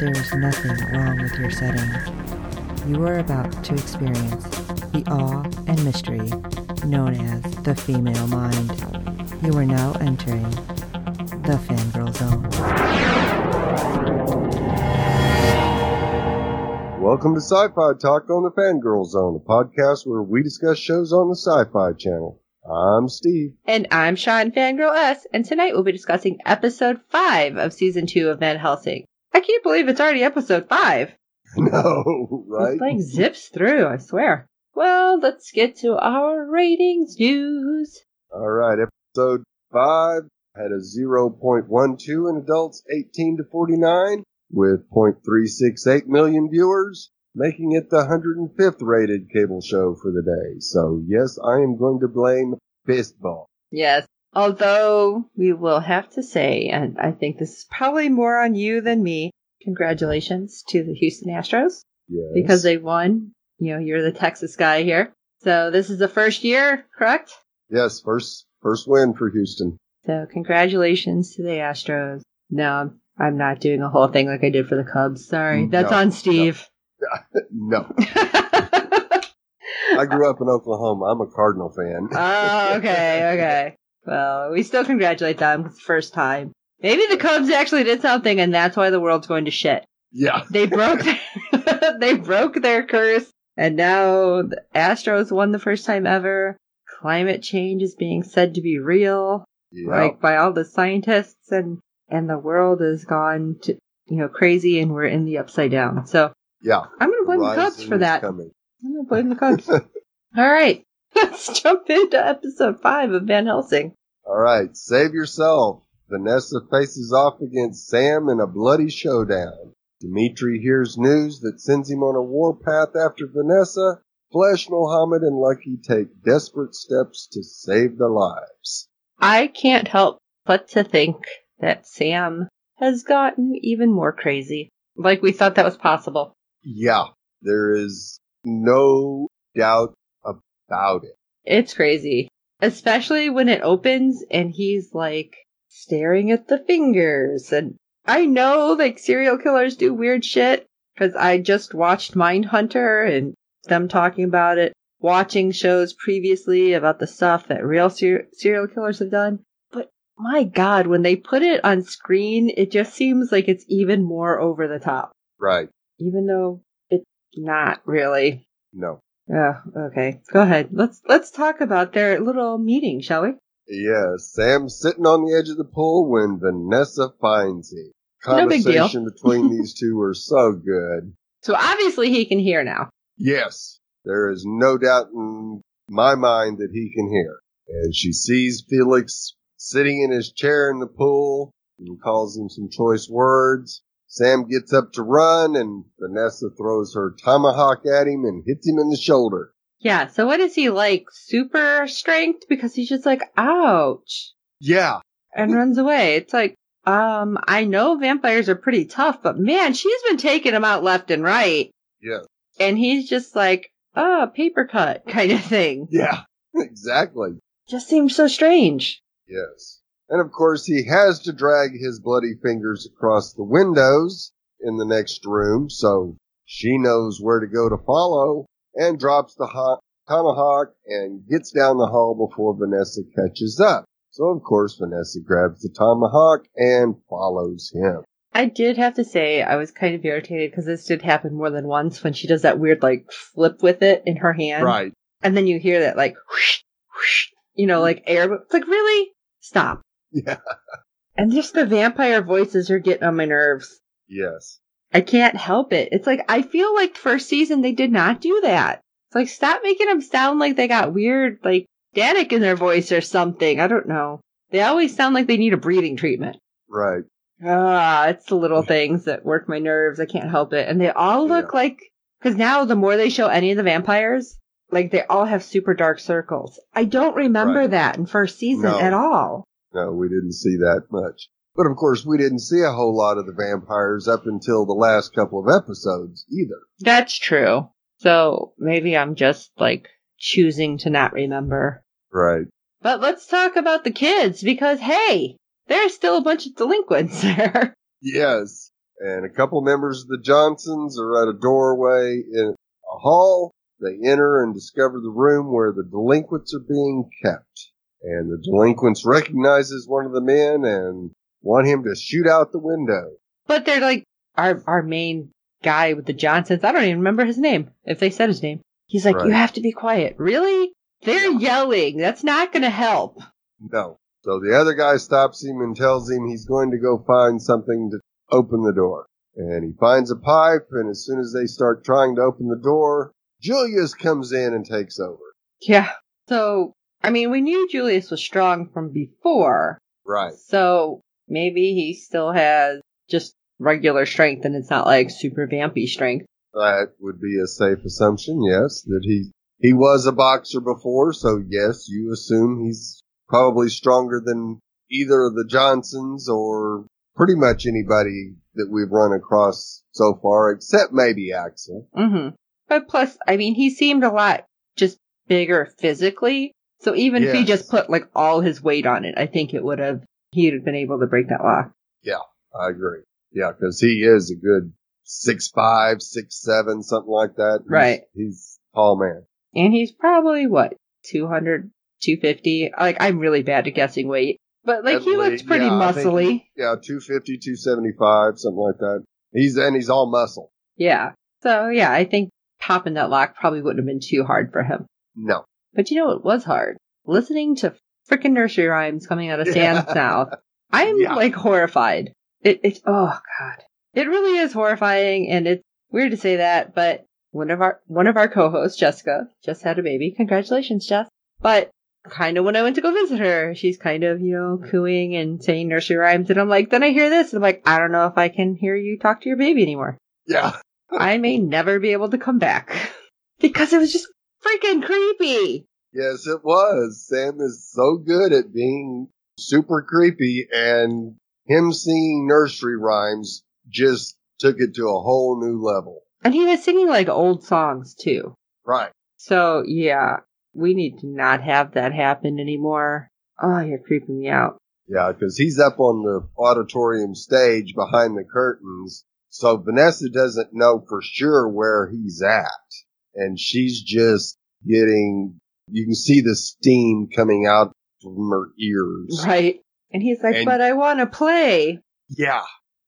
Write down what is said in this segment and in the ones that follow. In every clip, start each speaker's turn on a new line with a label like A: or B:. A: there is nothing wrong with your settings. You are about to experience the awe and mystery known as the female mind. You are now entering the fangirl zone.
B: Welcome to Sci Fi Talk on the Fangirl Zone, a podcast where we discuss shows on the Sci Fi Channel. I'm Steve.
C: And I'm Sean Fangirl S, and tonight we'll be discussing episode 5 of season 2 of Van Helsing. I can't believe it's already episode 5.
B: No, right?
C: This thing zips through, I swear. Well, let's get to our ratings news.
B: All right, episode 5 had a 0.12 in adults 18 to 49, with 0.368 million viewers making it the 105th rated cable show for the day. So, yes, I am going to blame baseball.
C: Yes. Although we will have to say, and I think this is probably more on you than me, congratulations to the Houston Astros.
B: Yes.
C: Because they won. You know, you're the Texas guy here. So this is the first year, correct?
B: Yes, first first win for Houston.
C: So congratulations to the Astros. No, I'm not doing a whole thing like I did for the Cubs. Sorry. That's Mm, no, on Steve.
B: No. no. I grew up in Oklahoma. I'm a Cardinal fan.
C: oh, okay, okay. Well, we still congratulate them. It's the first time. Maybe the Cubs actually did something, and that's why the world's going to shit.
B: Yeah,
C: they broke their, they broke their curse, and now the Astros won the first time ever. Climate change is being said to be real,
B: yep.
C: like by all the scientists, and and the world has gone to you know crazy, and we're in the upside down. So
B: yeah.
C: I'm going to blame the Cubs for that. Coming. I'm going to blame the Cubs. All right. Let's jump into episode five of Van Helsing.
B: All right. Save yourself. Vanessa faces off against Sam in a bloody showdown. Dimitri hears news that sends him on a warpath after Vanessa. Flash Mohammed and Lucky take desperate steps to save their lives.
C: I can't help but to think that Sam has gotten even more crazy. Like we thought that was possible.
B: Yeah, there is no doubt about it.
C: It's crazy. Especially when it opens and he's like staring at the fingers. And I know like serial killers do weird shit because I just watched Mindhunter and them talking about it, watching shows previously about the stuff that real ser- serial killers have done. But my God, when they put it on screen, it just seems like it's even more over the top.
B: Right
C: even though it's not really.
B: No.
C: Yeah. Oh, okay. Go ahead. Let's let's talk about their little meeting, shall we?
B: Yeah. Sam's sitting on the edge of the pool when Vanessa finds him. Conversation
C: no
B: between these two are so good.
C: So obviously he can hear now.
B: Yes. There is no doubt in my mind that he can hear. And she sees Felix sitting in his chair in the pool and calls him some choice words. Sam gets up to run, and Vanessa throws her tomahawk at him and hits him in the shoulder.
C: Yeah, so what is he like? Super strength? Because he's just like, ouch.
B: Yeah.
C: And runs away. It's like, um, I know vampires are pretty tough, but man, she's been taking him out left and right.
B: Yeah.
C: And he's just like, oh, paper cut kind of thing.
B: Yeah, exactly.
C: Just seems so strange.
B: Yes. And of course, he has to drag his bloody fingers across the windows in the next room, so she knows where to go to follow and drops the ho- tomahawk and gets down the hall before Vanessa catches up. So, of course, Vanessa grabs the tomahawk and follows him.
C: I did have to say, I was kind of irritated because this did happen more than once when she does that weird, like, flip with it in her hand.
B: Right.
C: And then you hear that, like, whoosh, whoosh, you know, like air. It's like, really? Stop.
B: Yeah.
C: And just the vampire voices are getting on my nerves.
B: Yes.
C: I can't help it. It's like, I feel like first season they did not do that. It's like, stop making them sound like they got weird, like, static in their voice or something. I don't know. They always sound like they need a breathing treatment.
B: Right.
C: Ah, it's the little things that work my nerves. I can't help it. And they all look like, cause now the more they show any of the vampires, like they all have super dark circles. I don't remember
B: Right.
C: that in first season
B: No.
C: at all.
B: No, we didn't see that much. But of course, we didn't see a whole lot of the vampires up until the last couple of episodes either.
C: That's true. So maybe I'm just like choosing to not remember.
B: Right.
C: But let's talk about the kids because hey, there's still a bunch of delinquents there.
B: Yes. And a couple members of the Johnsons are at a doorway in a hall. They enter and discover the room where the delinquents are being kept. And the delinquents recognizes one of the men and want him to shoot out the window.
C: But they're like our our main guy with the Johnsons. I don't even remember his name. If they said his name, he's like, "You
B: Right.
C: have to be quiet." Really? They're yelling. That's not going to help.
B: No. So the other guy stops him and tells him he's going to go find something to open the door. And he finds a pipe, and as soon as they start trying to open the door, Julius comes in and takes over.
C: Yeah. So, I mean, we knew Julius was strong from before.
B: Right.
C: So maybe he still has just regular strength, and it's not like super vampy strength.
B: That would be a safe assumption, yes, that he he was a boxer before, so yes, you assume he's probably stronger than either of the Johnsons or pretty much anybody that we've run across so far, except maybe Axel.
C: hmm But plus, I mean, he seemed a lot just bigger physically. So even if he
B: Yes.
C: just put like all his weight on it, I think it would have he'd have been able to break that lock.
B: I agree. Yeah, because he is a good six five, six seven, something like that. He's-
C: Right.
B: He's a tall man.
C: And he's probably what 200, 250. Like I'm really bad at guessing weight, but like
B: At lea-
C: he looked pretty
B: yeah, I think-
C: muscly.
B: Yeah, 250, 275, something like that. He's and he's all muscle.
C: Yeah. So yeah, I think popping that lock probably wouldn't have been too hard for him.
B: No.
C: But you know what was hard? Listening to frickin' nursery rhymes coming out of Sam's
B: Yeah.
C: mouth. I'm
B: Yeah.
C: like horrified. It, it, oh god. It really is horrifying and it's weird to say that, but one of our, one of our co-hosts, Jessica, just had a baby. Congratulations, Jess. But kind of when I went to go visit her, she's kind of, you know, cooing and saying nursery rhymes. And I'm like, then I hear this and I'm like, I don't know if I can hear you talk to your baby anymore.
B: Yeah.
C: I may never be able to come back because it was just freaking creepy.
B: Yes, it was. Sam is so good at being super creepy, and him singing nursery rhymes just took it to a whole new level.
C: And he was singing like old songs too.
B: Right.
C: So yeah, we need to not have that happen anymore. Oh, you're creeping me out.
B: Yeah, because he's up on the auditorium stage behind the curtains, so Vanessa doesn't know for sure where he's at. And she's just getting, you can see the steam coming out from her ears.
C: Right. And he's like,
B: And-
C: but I want to play.
B: Yeah.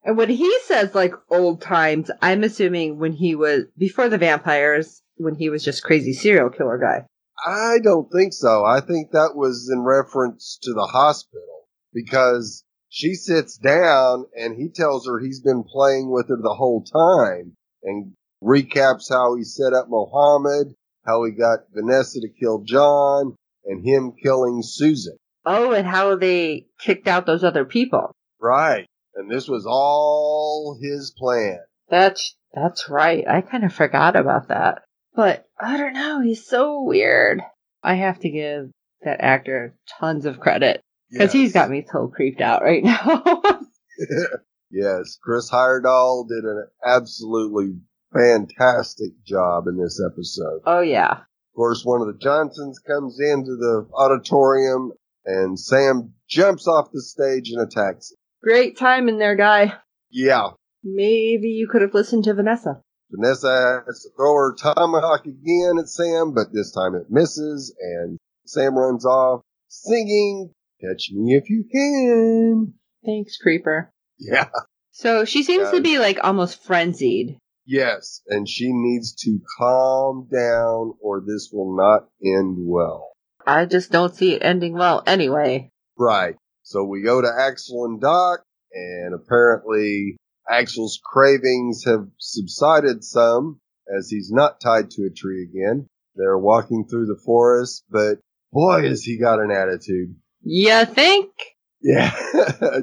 C: And when he says like old times, I'm assuming when he was before the vampires, when he was just crazy serial killer guy.
B: I don't think so. I think that was in reference to the hospital because she sits down and he tells her he's been playing with her the whole time and recaps how he set up Mohammed, how he got Vanessa to kill John, and him killing Susan.
C: Oh, and how they kicked out those other people.
B: Right. And this was all his plan.
C: That's that's right. I kind of forgot about that. But I don't know, he's so weird. I have to give that actor tons of credit because he's got me so creeped out right now.
B: yes, Chris Heyerdahl did an absolutely fantastic job in this episode.
C: oh yeah.
B: Of course, one of the Johnsons comes into the auditorium and Sam jumps off the stage and attacks him.
C: Great time in there, guy.
B: Yeah.
C: Maybe you could have listened to Vanessa.
B: Vanessa has to throw her tomahawk again at Sam, but this time it misses and Sam runs off singing, Catch Me If You Can.
C: Thanks, creeper.
B: Yeah.
C: So she seems
B: Yeah.
C: to be like almost frenzied.
B: Yes. And she needs to calm down or this will not end well.
C: I just don't see it ending well anyway.
B: Right. So we go to Axel and Doc, and apparently Axel's cravings have subsided some as he's not tied to a tree again. They're walking through the forest, but boy, has he got an attitude.
C: You think?
B: Yeah.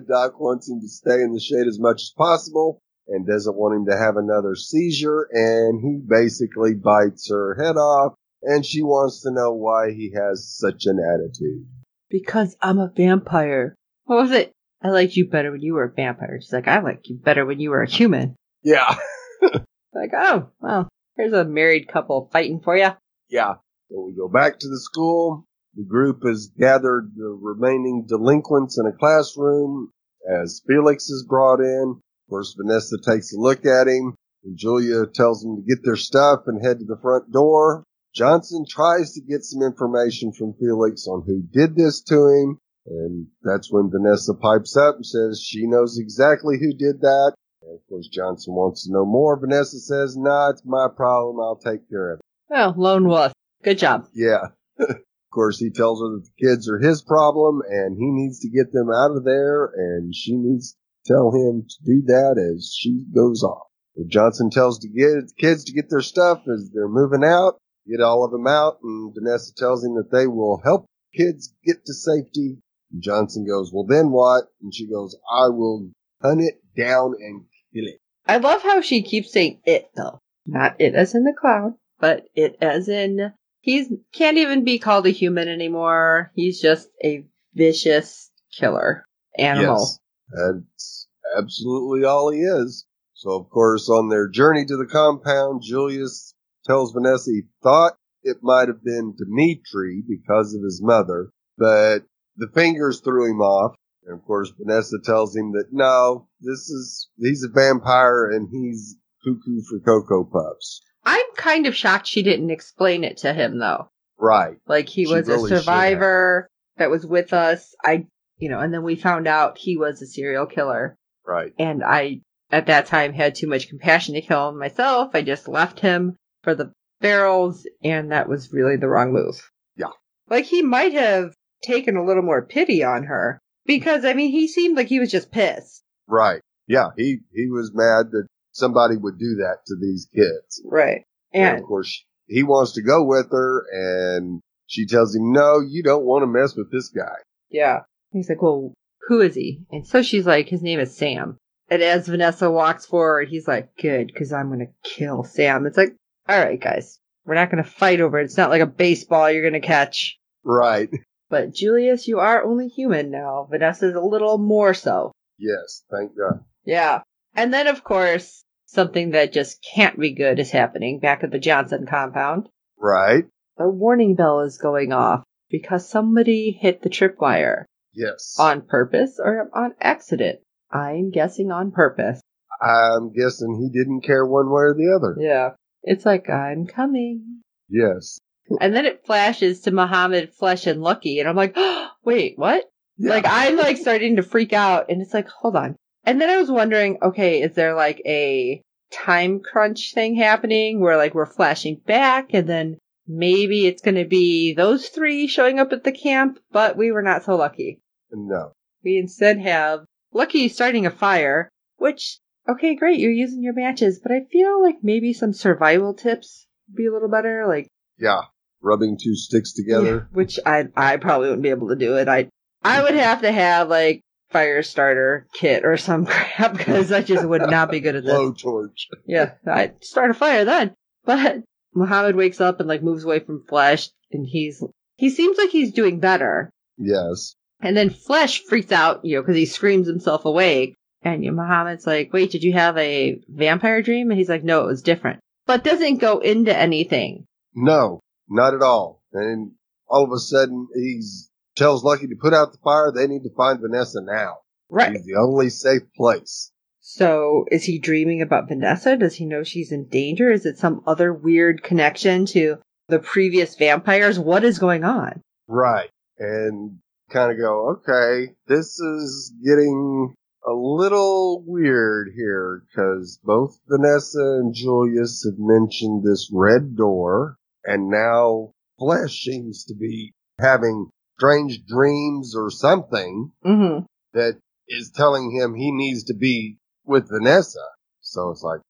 B: Doc wants him to stay in the shade as much as possible and doesn't want him to have another seizure. And he basically bites her head off. And she wants to know why he has such an attitude.
C: Because I'm a vampire. What was it? I liked you better when you were a vampire. She's like, I liked you better when you were a human.
B: Yeah.
C: Like, oh, well, here's a married couple fighting for you.
B: Yeah. So we go back to the school. The group has gathered the remaining delinquents in a classroom as Felix is brought in. Of course, Vanessa takes a look at him, and Julia tells them to get their stuff and head to the front door. Johnson tries to get some information from Felix on who did this to him, and that's when Vanessa pipes up and says she knows exactly who did that. And of course, Johnson wants to know more. Vanessa says, nah, it's my problem. I'll take care of it.
C: Oh, lone wolf. Good job.
B: Yeah. of course, he tells her that the kids are his problem and he needs to get them out of there and she needs to tell him to do that as she goes off. But Johnson tells the kid- kids to get their stuff as they're moving out, get all of them out, and Vanessa tells him that they will help kids get to safety. And Johnson goes, well, then what? And she goes, I will hunt it down and kill it.
C: I love how she keeps saying it, though. Not it as in the cloud, but it as in he's can't even be called a human anymore. He's just a vicious killer animal.
B: Yes, that's absolutely all he is. So, of course, on their journey to the compound, Julius tells Vanessa he thought it might have been Dimitri because of his mother, but the fingers threw him off. And of course, Vanessa tells him that no, this is, he's a vampire and he's cuckoo for Cocoa Puffs.
C: I'm kind of shocked she didn't explain it to him though.
B: Right.
C: Like he
B: She
C: was
B: really should
C: a
B: have.
C: survivor that was with us. I, you know, and then we found out he was a serial killer.
B: Right.
C: and I at that time had too much compassion to kill him myself. I just left him for the barrels, and that was really the wrong move.
B: Yeah.
C: Like he might have taken a little more pity on her because I mean he seemed like he was just pissed.
B: Right. Yeah. He, he was mad that somebody would do that to these kids.
C: Right.
B: And,
C: And
B: of course, he wants to go with her, and she tells him, "No, you don't want to mess with this guy."
C: yeah. He's like, Well, who is he? And so she's like, His name is Sam. And as Vanessa walks forward, he's like, Good, because I'm going to kill Sam. It's like, All right, guys, we're not going to fight over it. It's not like a baseball you're going to catch.
B: Right?
C: But Julius, you are only human now. Vanessa's a little more so.
B: Yes. Thank God.
C: Yeah. And then, of course, something that just can't be good is happening back at the Johnson compound.
B: Right?
C: The warning bell is going off because somebody hit the tripwire
B: Yes.
C: on purpose or on accident. I'm guessing on purpose.
B: I'm guessing he didn't care one way or the other.
C: Yeah. It's like, I'm coming.
B: Yes.
C: And then it flashes to Muhammad, Flesh, and Lucky. And I'm like, "Oh, wait, what?
B: Yeah.
C: Like I'm like starting to freak out and it's like, hold on. And then I was wondering, okay, is there like a time crunch thing happening where like we're flashing back and then maybe it's going to be those three showing up at the camp, but we were not so lucky.
B: no.
C: We instead have Lucky starting a fire, which, okay, great, you're using your matches, but I feel like maybe some survival tips would be a little better. Like,
B: Yeah. Rubbing two sticks together.
C: yeah, which I I probably wouldn't be able to do it. I I would have to have like fire starter kit or some crap because I just would not be good at this.
B: Low torch.
C: Yeah, I'd start a fire then. But Muhammad wakes up and like moves away from Flesh, and he's he seems like he's doing better.
B: Yes.
C: And then Flesh freaks out, you know, because he screams himself awake. And you know, Muhammad's like, "Wait, did you have a vampire dream?" And he's like, "No, it was different." But doesn't go into anything.
B: No. Not at all. And all of a sudden, he's tells Lucky to put out the fire. They need to find Vanessa now.
C: Right.
B: She's the only safe place.
C: So is he dreaming about Vanessa? Does he know she's in danger? Is it some other weird connection to the previous vampires? What is going on?
B: Right. And kind of go, okay, this is getting a little weird here because both Vanessa and Julius have mentioned this red door, and now Flesh seems to be having strange dreams or something
C: Mm-hmm.
B: that is telling him he needs to be with Vanessa. So it's like,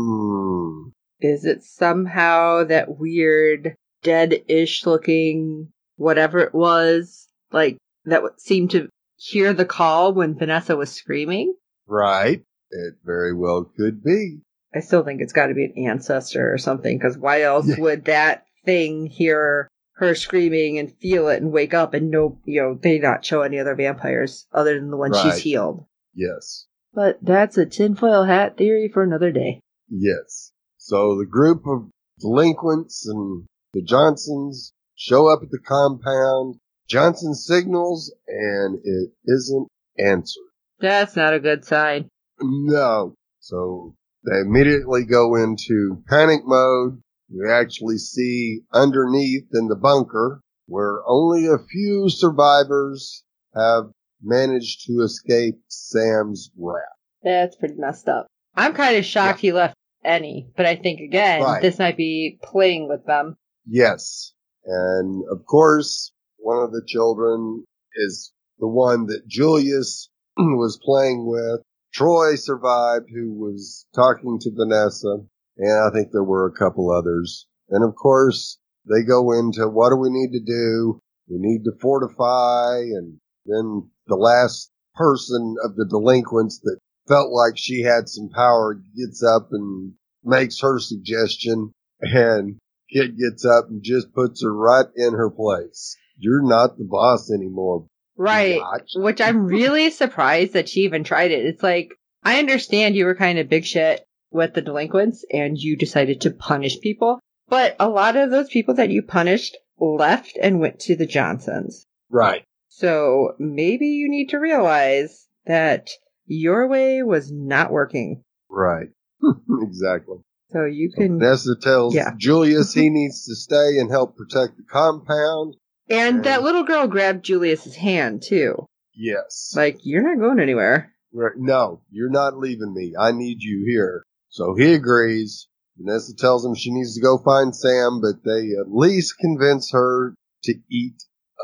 B: hmm,
C: Is it somehow that weird dead-ish looking whatever it was like that w- seemed to hear the call when Vanessa was screaming.
B: Right. It very well could be.
C: I still think it's got to be an ancestor or something because why else
B: Yeah.
C: would that thing hear her screaming and feel it and wake up and no, you know, they not show any other vampires other than the one
B: Right.
C: she's healed.
B: Yes.
C: But that's a tinfoil hat theory for another day.
B: Yes. So the group of delinquents and the Johnsons show up at the compound. Johnson signals and it isn't answered.
C: That's not a good sign.
B: No. So they immediately go into panic mode. You actually see underneath in the bunker where only a few survivors have managed to escape Sam's wrath.
C: That's pretty messed up. I'm kind of shocked he left any, but I think again,
B: Right.
C: this might be playing with them.
B: Yes. And of course, one of the children is the one that Julius was playing with. Troy survived, who was talking to Vanessa. And I think there were a couple others. And of course, they go into what do we need to do? We need to fortify. And then the last person of the delinquents that felt like she had some power gets up and makes her suggestion. And Kid gets up and just puts her right in her place. You're not the boss anymore.
C: Right.
B: biatch.
C: Which I'm really surprised that she even tried it. It's like, I understand you were kind of big shit with the delinquents and you decided to punish people, but a lot of those people that you punished left and went to the Johnsons.
B: Right.
C: So maybe you need to realize that your way was not working.
B: Right. exactly.
C: So you can,
B: Vanessa tells
C: Yeah.
B: Julius he needs to stay and help protect the compound.
C: and that little girl grabbed Julius's hand too.
B: Yes.
C: Like you're not going anywhere.
B: Right. No, you're not leaving me. I need you here. So he agrees. Vanessa tells him she needs to go find Sam, but they at least convince her to eat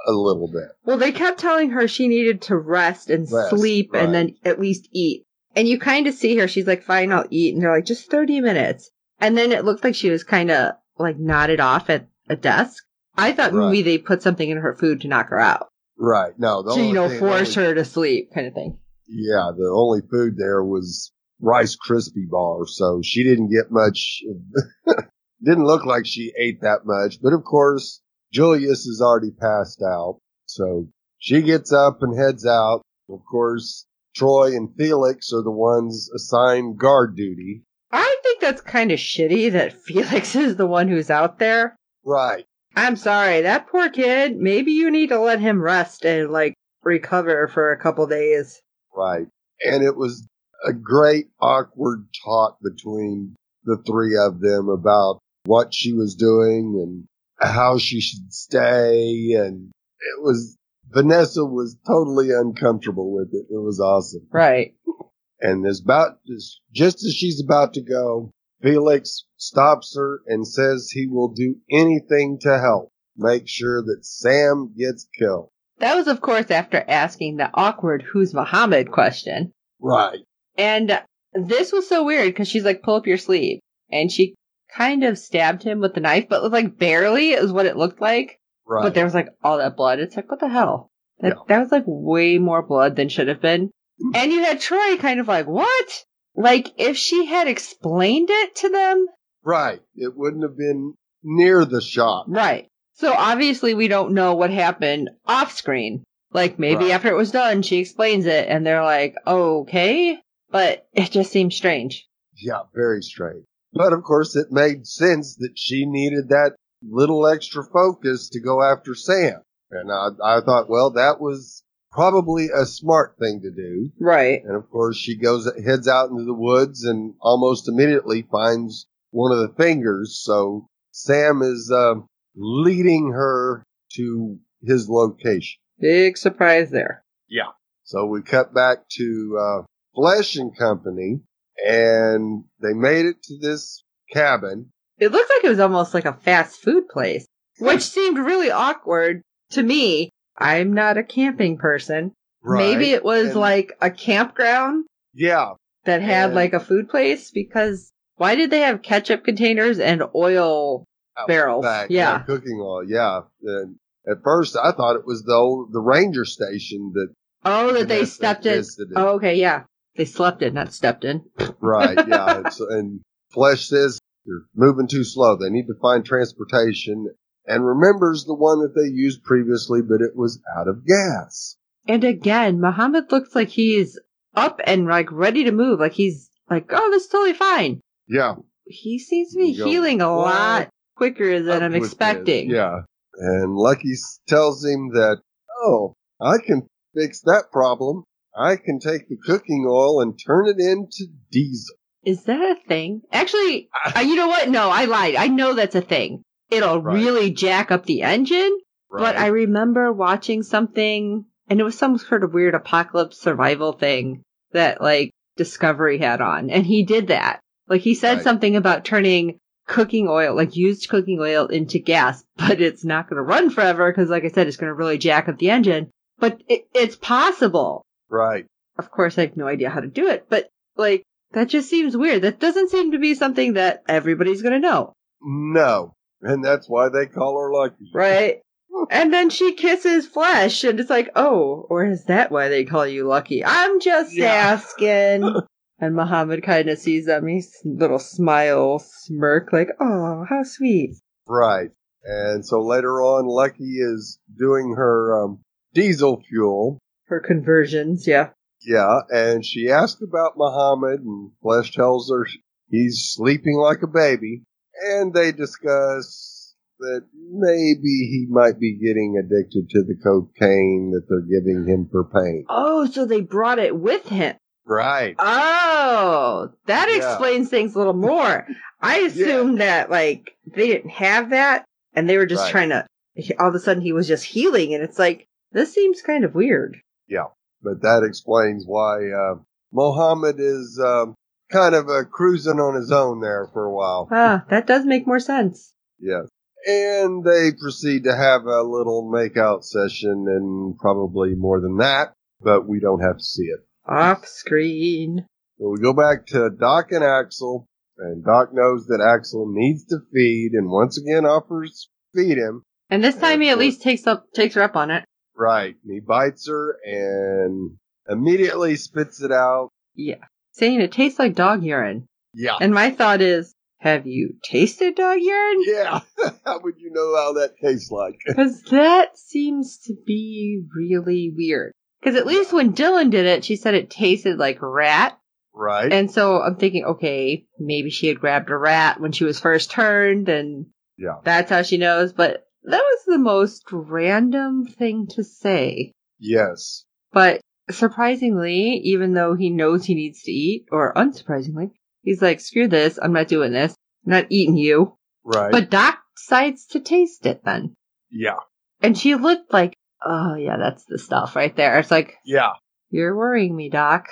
B: a little bit.
C: Well, they kept telling her she needed to rest and
B: Rest,
C: sleep and
B: right.
C: then at least eat. And you kind of see her. She's like, fine, I'll eat. And they're like, just 30 minutes. And then it looked like she was kind of like nodded off at a desk. I thought
B: Right.
C: maybe they put something in her food to knock her out.
B: Right. No, the
C: to, you
B: only
C: know,
B: thing-
C: force
B: only-
C: her to sleep kind of thing.
B: Yeah, the only food there was Rice Krispie bar, so she didn't get much. didn't look like she ate that much, but of course, Julius is already passed out, so she gets up and heads out. Of course, Troy and Felix are the ones assigned guard duty.
C: I think that's kind of shitty that Felix is the one who's out there.
B: Right.
C: I'm sorry, that poor kid. Maybe you need to let him rest and like recover for a couple days.
B: Right. And it was a great awkward talk between the three of them about what she was doing and how she should stay. And it was, Vanessa was totally uncomfortable with it. It was awesome.
C: Right.
B: And there's about, just as she's about to go, Felix stops her and says he will do anything to help make sure that Sam gets killed.
C: That was, of course, after asking the awkward who's Muhammad question.
B: Right.
C: And this was so weird because she's like, pull up your sleeve. And she kind of stabbed him with the knife, but like barely is what it looked like.
B: Right.
C: But there was like all that blood. It's like, what the hell? That,
B: Yeah.
C: that was like way more blood than should have been. And you had Troy kind of like, what? Like, if she had explained it to them.
B: right. It wouldn't have been near the shock.
C: Right. So obviously we don't know what happened off screen. Like maybe
B: Right.
C: after it was done, she explains it and they're like, okay. But it just seems strange.
B: Yeah, very strange. But of course, it made sense that she needed that little extra focus to go after Sam. And I, I thought, well, that was probably a smart thing to do.
C: Right.
B: And of course, she goes, heads out into the woods and almost immediately finds one of the fingers. So Sam is uh, leading her to his location.
C: Big surprise there.
B: So we cut back to uh, Flesh and Company, and they made it to this cabin.
C: It looked like it was almost like a fast food place, which seemed really awkward to me. I'm not a camping person. Maybe it was
B: And-
C: like a campground
B: yeah,
C: that had
B: And-
C: like a food place because why did they have ketchup containers and oil
B: out
C: Barrels,
B: back,
C: yeah.
B: cooking oil. Yeah. And at first, I thought it was the old, the ranger station that
C: Oh, that
B: And
C: they
B: that's-
C: stepped in.
B: that's the-
C: Oh, okay, yeah. They slept in, not stepped in.
B: Right, yeah. It's, and Flesh says they're moving too slow. They need to find transportation and remembers the one that they used previously, but it was out of gas.
C: And again, Muhammad looks like he's up and like ready to move. Like he's like, oh, this is totally fine.
B: Yeah.
C: He seems to be
B: You go,
C: healing a
B: "What
C: lot quicker than
B: up
C: I'm
B: with
C: expecting.
B: this. Yeah. And Lucky s- tells him that, oh, I can fix that problem. I can take the cooking oil and turn it into diesel.
C: Is that a thing? Actually, uh, you know what? No, I lied. I know that's a thing. It'll
B: Right.
C: really jack up the engine. But I
B: Right.
C: remember watching something, and it was some sort of weird apocalypse survival thing that like Discovery had on, and he did that. Like he said
B: Right.
C: something about turning cooking oil, like used cooking oil, into gas, but it's not going to run forever because, like I said, it's going to really jack up the engine. But it, it's possible.
B: right.
C: Of course, I have no idea how to do it, but like that just seems weird. That doesn't seem to be something that everybody's going to know.
B: No. And that's why they call her Lucky.
C: Right. And then she kisses flesh, and it's like, oh, or is that why they call you lucky? I'm just
B: Yeah.
C: asking. and Muhammad kind of sees at me, s- little smile, smirk, like, oh, how sweet.
B: Right. And so later on, Lucky is doing her um, diesel fuel.
C: Her conversions, yeah.
B: Yeah. And she asked about Muhammad, and Flesh tells her he's sleeping like a baby. And they discuss that maybe he might be getting addicted to the cocaine that they're giving him for pain.
C: Oh, so they brought it with him.
B: Right.
C: Oh, that
B: Yeah.
C: explains things a little more. I assumed that, like, they didn't have that, and they were just
B: Right.
C: trying to, all of a sudden he was just healing, and it's like, this seems kind of weird.
B: But that explains why uh, Muhammad is um, kind of uh, cruising on his own there for a while.
C: Ah, that does make more sense.
B: Yes. And they proceed to have a little makeout session and probably more than that, but we don't have to see it.
C: Off screen.
B: So we go back to Doc and Axel, and Doc knows that Axel needs to feed and once again offers to feed him.
C: And this time he at
B: Absolutely.
C: least takes up takes her up on it.
B: Right. And he bites her and immediately spits it out.
C: Yeah. Saying it tastes like dog urine.
B: Yeah.
C: And my thought is, have you tasted dog urine?
B: Yeah. how would you know how that tastes like?
C: Because that seems to be really weird. Because at least when Dylan did it, she said it tasted like rat.
B: Right.
C: And so I'm thinking, okay, maybe she had grabbed a rat when she was first turned and
B: Yeah.
C: that's how she knows. But that was the most random thing to say.
B: Yes.
C: But surprisingly, even though he knows he needs to eat, or unsurprisingly, he's like, screw this, I'm not doing this, I'm not eating you.
B: Right.
C: But Doc decides to taste it then.
B: yeah.
C: And she looked like, oh yeah, that's the stuff right there. It's like,
B: Yeah.
C: you're worrying me, Doc.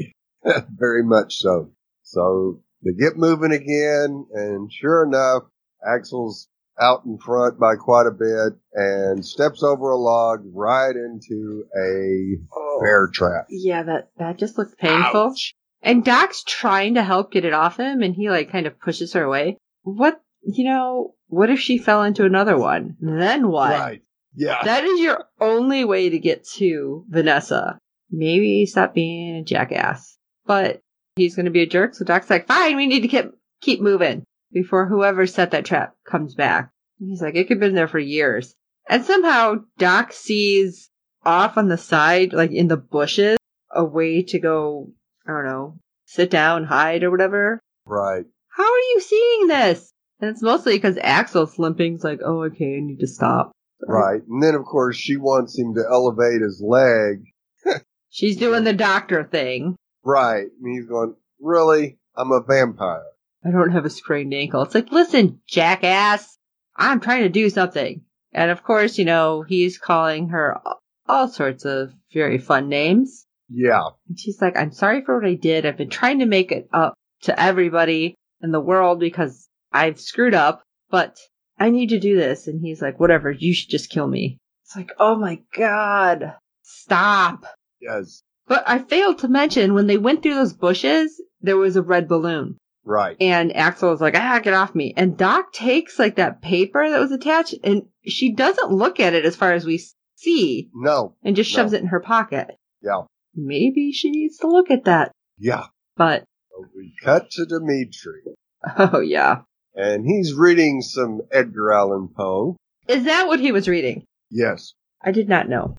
B: Very much so. So they get moving again, and sure enough, Axel's out in front by quite a bit and steps over a log right into a bear trap.
C: Yeah, that, that just looked painful. And Doc's trying to help get it off him and he like kind of pushes her away. What, you know, what if she fell into another one? Then what?
B: Right. Yeah.
C: that is your only way to get to Vanessa. Maybe stop being a jackass. But he's going to be a jerk, so Doc's like, fine, we need to keep, keep moving before whoever set that trap comes back. And He's like, it could have been there for years. And somehow Doc sees off on the side, like in the bushes, a way to go, I don't know, sit down, hide, or whatever.
B: right.
C: How are you seeing this? And it's mostly because Axel's limping. He's like, oh, okay, I need to stop.
B: Right. And then, of course, she wants him to elevate his leg.
C: She's doing the doctor thing.
B: Right. And he's going, Really? I'm a vampire.
C: I don't have a sprained ankle. It's like, listen, jackass, I'm trying to do something. And of course, you know, he's calling her all sorts of very fun names.
B: Yeah.
C: And she's like, I'm sorry for what I did. I've been trying to make it up to everybody in the world because I've screwed up, but I need to do this. And he's like, whatever, you should just kill me. It's like, oh my God, stop.
B: Yes.
C: But I failed to mention when they went through those bushes, there was a red balloon.
B: Right.
C: And Axel was like, ah, get off me. And Doc takes like that paper that was attached and she doesn't look at it as far as we see
B: No.
C: and just shoves
B: No.
C: it in her pocket.
B: Yeah.
C: Maybe she needs to look at that.
B: Yeah.
C: But,
B: So we cut to Dimitri,
C: oh yeah.
B: and he's reading some Edgar Allan Poe.
C: Is that what he was reading?
B: Yes.
C: I did not know.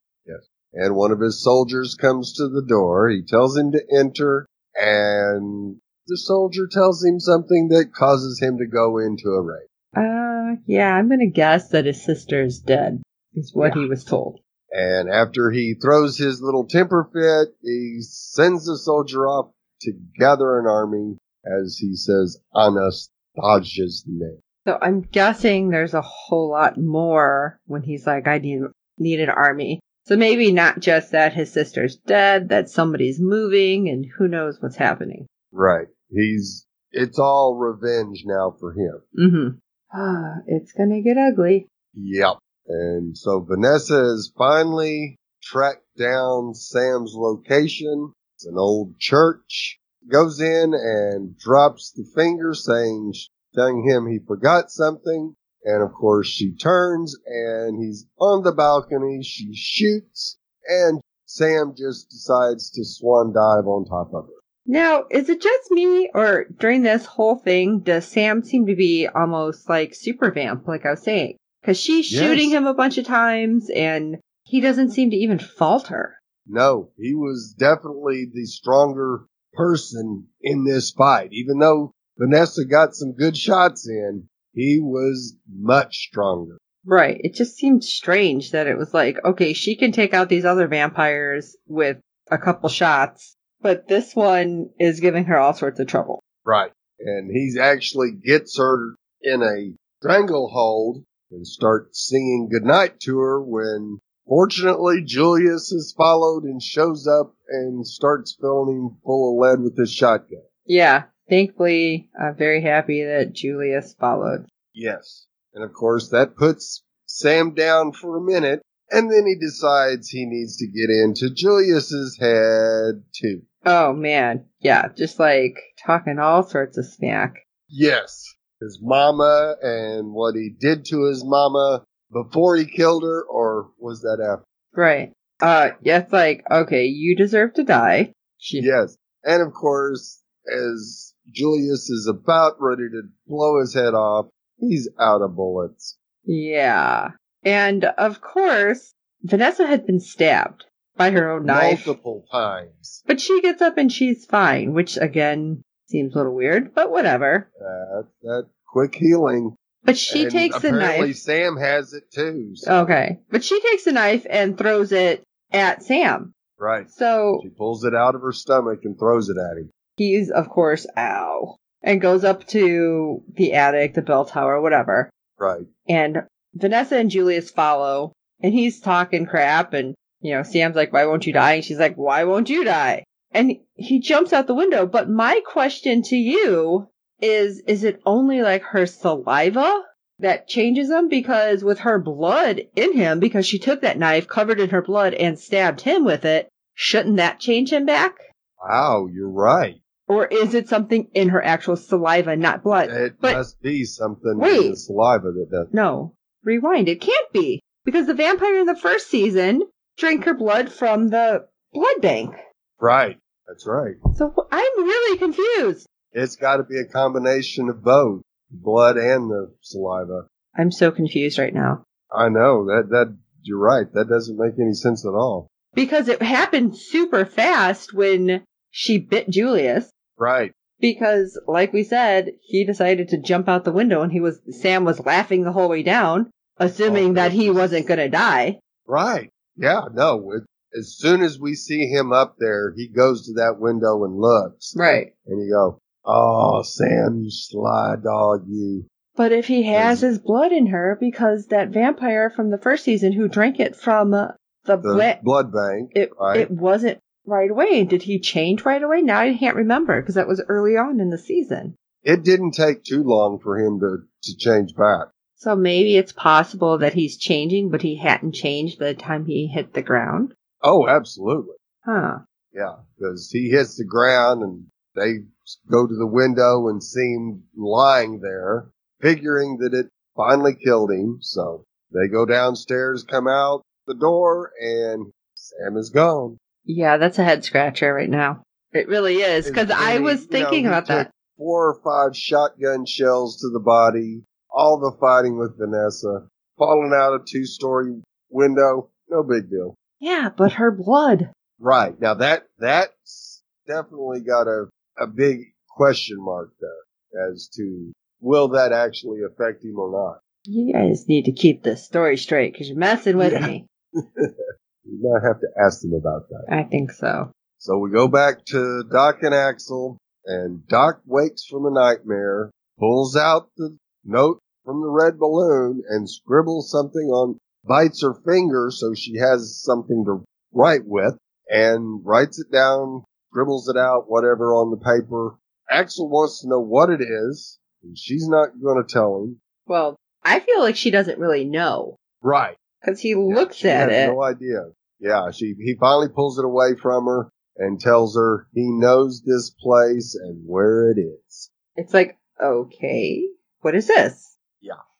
B: And one of his soldiers comes to the door. He tells him to enter, and the soldier tells him something that causes him to go into a rage.
C: Uh, yeah, I'm gonna guess that his sister's dead, is what he was told.
B: And after he throws his little temper fit, he sends the soldier off to gather an army, as he says, Anastasia's name.
C: So I'm guessing there's a whole lot more when he's like, I need, need an army. So maybe not just that his sister's dead, that somebody's moving, and who knows what's happening.
B: Right. He's, it's all revenge now for him.
C: Mm-hmm. Ah, it's gonna get ugly.
B: Yep. And so Vanessa has finally tracked down Sam's location. It's an old church. Goes in and drops the finger saying, telling him he forgot something. And of course she turns and he's on the balcony. She shoots and Sam just decides to swan dive on top of her.
C: Now, is it just me, or during this whole thing, does Sam seem to be almost like super vamp, like I was saying? Because she's
B: Yes.
C: shooting him a bunch of times, and he doesn't seem to even falter.
B: No, he was definitely the stronger person in this fight. Even though Vanessa got some good shots in, he was much stronger.
C: Right. It just seemed strange that it was like, okay, she can take out these other vampires with a couple shots, but this one is giving her all sorts of trouble.
B: Right. And he actually gets her in a stranglehold and starts singing goodnight to her when fortunately Julius is followed and shows up and starts filling him full of lead with his shotgun.
C: Yeah. Thankfully, I'm very happy that Julius followed.
B: Yes. And of course, that puts Sam down for a minute, and then he decides he needs to get into Julius's head, too.
C: Oh, man. Yeah. Just like talking all sorts of smack.
B: Yes. His mama and what he did to his mama before he killed her, or was that after?
C: Right. Uh, yeah, it's like, okay, you deserve to die. She,
B: Yes. And of course, as Julius is about ready to blow his head off, he's out of bullets.
C: Yeah. And of course, Vanessa had been stabbed by her own knife.
B: Multiple times.
C: But she gets up and she's fine, which again seems a little weird, but whatever.
B: That, that quick healing.
C: But she
B: And
C: takes the
B: apparently
C: knife. Oh.
B: Sam has it too. so-
C: Okay. But she takes the knife and throws it at Sam.
B: Right.
C: So
B: She pulls it out of her stomach and throws it at him.
C: he's, of course, ow, and goes up to the attic, the bell tower, whatever.
B: Right.
C: And Vanessa and Julius follow, and he's talking crap. And, you know, Sam's like, Why won't you die? And she's like, Why won't you die? And he jumps out the window. But my question to you is Is it only like her saliva that changes him? Because with her blood in him, because she took that knife covered in her blood and stabbed him with it, shouldn't that change him back?
B: Wow, you're right.
C: Or is it something in her actual saliva, not blood?
B: It
C: but-
B: must be something in the
C: Wait.
B: saliva that does.
C: No, rewind. It can't be because the vampire in the first season drank her blood from the blood bank.
B: Right. That's right.
C: So I'm really confused.
B: It's got to be a combination of both blood and the saliva.
C: I'm so confused right now
B: I know that that you're right. That doesn't make any sense at all.
C: because it happened super fast when she bit Julius.
B: Right.
C: Because, like we said, he decided to jump out the window, and he was Sam was laughing the whole way down, assuming
B: Oh,
C: that he
B: goodness.
C: wasn't going to die.
B: Right. Yeah. No. It, as soon as we see him up there, he goes to that window and looks.
C: Right.
B: and you go, "Oh, Sam, you sly dog, you!"
C: But if he has his blood in her, because that vampire from the first season who drank it from uh, the,
B: The
C: bla-
B: blood bank,
C: it
B: right?
C: it wasn't right away. Did he change right away? Now I can't remember because that was early on in the season.
B: It didn't take too long for him to to change back.
C: So maybe it's possible that he's changing, but he hadn't changed by the time he hit the ground.
B: Oh, absolutely,
C: Huh.
B: yeah, because he hits the ground and they go to the window and see him lying there, figuring that it finally killed him. So they go downstairs, come out the door, and Sam is gone.
C: Yeah, that's a head scratcher right now. It really is because
B: Is
C: I
B: Eddie-
C: was
B: you know,
C: thinking
B: he
C: about that.
B: took Four or five shotgun shells to the body, all the fighting with Vanessa, falling out a two story window, no big deal.
C: Yeah, but her blood.
B: Right. Now that that's definitely got a, a big question mark there as to will that actually affect him or not.
C: You guys need to keep this story straight because you're messing with
B: Yeah.
C: me.
B: You might have to ask them about that.
C: I think so.
B: So we go back to Doc and Axel and Doc wakes from a nightmare, pulls out the note from the red balloon and scribbles something on bites her finger so she has something to write with and writes it down, scribbles it out, whatever on the paper. Axel wants to know what it is, and she's not going to tell him.
C: Well, I feel like she doesn't really know
B: Right.
C: because he
B: Yeah,
C: looks
B: she
C: at
B: has
C: it.
B: No idea. Yeah, she he finally pulls it away from her and tells her he knows this place and where it is.
C: It's like, okay, what is this?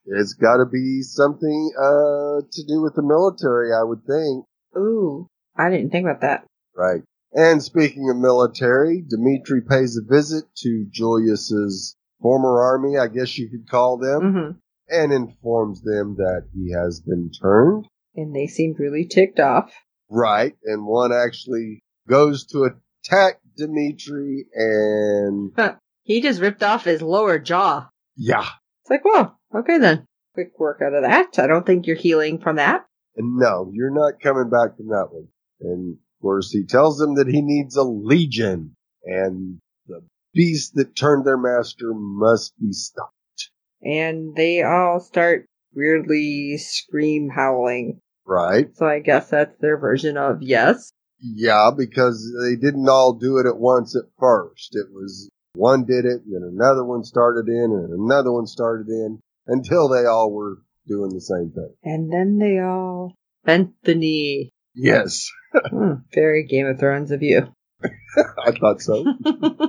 B: It's got to be something uh to do with the military, I would think.
C: Ooh, I didn't think about that.
B: Right. And speaking of military, Dimitri pays a visit to Julius's former army, I guess you could call them,
C: hmm
B: and informs them that he has been turned.
C: And they seemed really ticked off.
B: Right, and one actually goes to attack Dimitri, and
C: He just ripped off his lower jaw.
B: yeah,
C: It's like, whoa, okay then. Quick work out of that. I don't think you're healing from that.
B: no, you're not coming back from that one. And of course, he tells them that he needs a legion, and the beast that turned their master must be stopped.
C: And they all start weirdly scream howling.
B: Right?
C: So I guess that's their version of yes.
B: Yeah, because they didn't all do it at once at first. It was one did it, and then another one started in, and another one started in, until they all were doing the same thing.
C: And then they all bent the knee.
B: Yes,
C: Hmm, very Game of Thrones of you.
B: I thought so.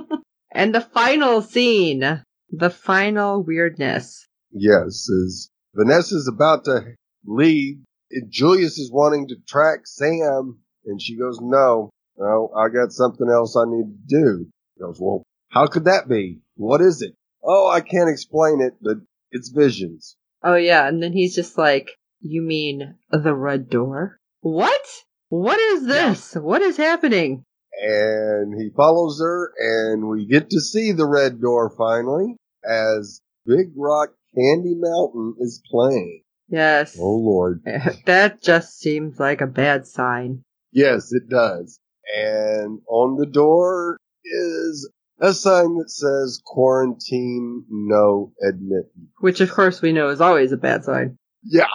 C: and the final scene, the final weirdness.
B: Yes, is Vanessa's about to leave. and Julius is wanting to track Sam, and she goes, "No, no, I got something else I need to do." He goes, "Well, how could that be? What is it?" "Oh, I can't explain it, but it's visions."
C: Oh yeah, and then he's just like, "You mean the red door? What? What is this? What is happening?"
B: And he follows her, and we get to see the red door finally as Big Rock Candy Mountain is playing.
C: Yes,
B: Oh Lord.
C: that just seems like a bad sign.
B: Yes, it does. And on the door is a sign that says quarantine, no admittance.
C: Which, of course, we know is always a bad sign.
B: Yeah.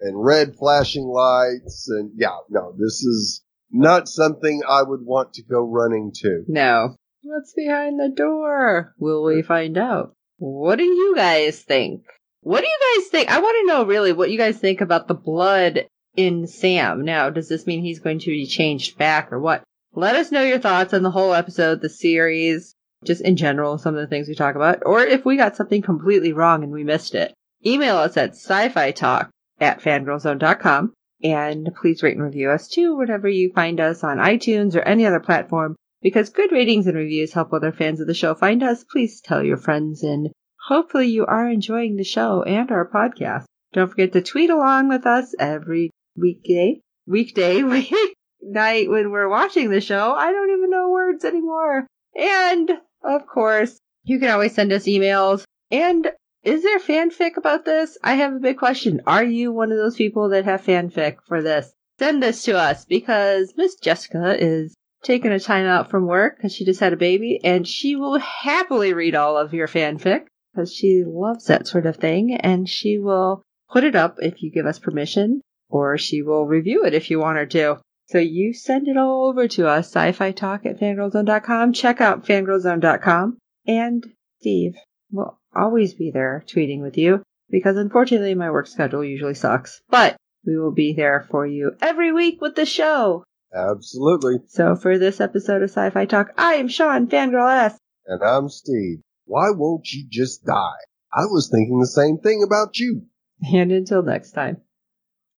B: And red flashing lights. And yeah, no, this is not something I would want to go running to.
C: No. What's behind the door? Will we find out? What do you guys think? What do you guys think? I want to know really what you guys think about the blood in Sam. Now, does this mean he's going to be changed back or what? Let us know your thoughts on the whole episode, the series, just in general, some of the things we talk about, or if we got something completely wrong and we missed it. Email us at sci-fi talk at fangirlzone.com and please rate and review us too whenever you find us on iTunes or any other platform. Because good ratings and reviews help other fans of the show find us, please tell your friends and hopefully you are enjoying the show and our podcast. Don't forget to tweet along with us every weekday, weekday, week night when we're watching the show. I don't even know words anymore. And of course, you can always send us emails. And is there fanfic about this? I have a big question. Are you one of those people that have fanfic for this? Send this to us because Miss Jessica is taking a time out from work because she just had a baby, and she will happily read all of your fanfic because she loves that sort of thing, and she will put it up if you give us permission, or she will review it if you want her to. So you send it all over to us, sci-fi talk at fangirlzone.com. Check out fangirlzone.com. And Steve will always be there tweeting with you because unfortunately my work schedule usually sucks. But we will be there for you every week with the show.
B: Absolutely.
C: So for this episode of Sci-Fi Talk, I am Sean Fangirl S.
B: And I'm Steve. Why won't you just die? I was thinking the same thing about you.
C: And until next time.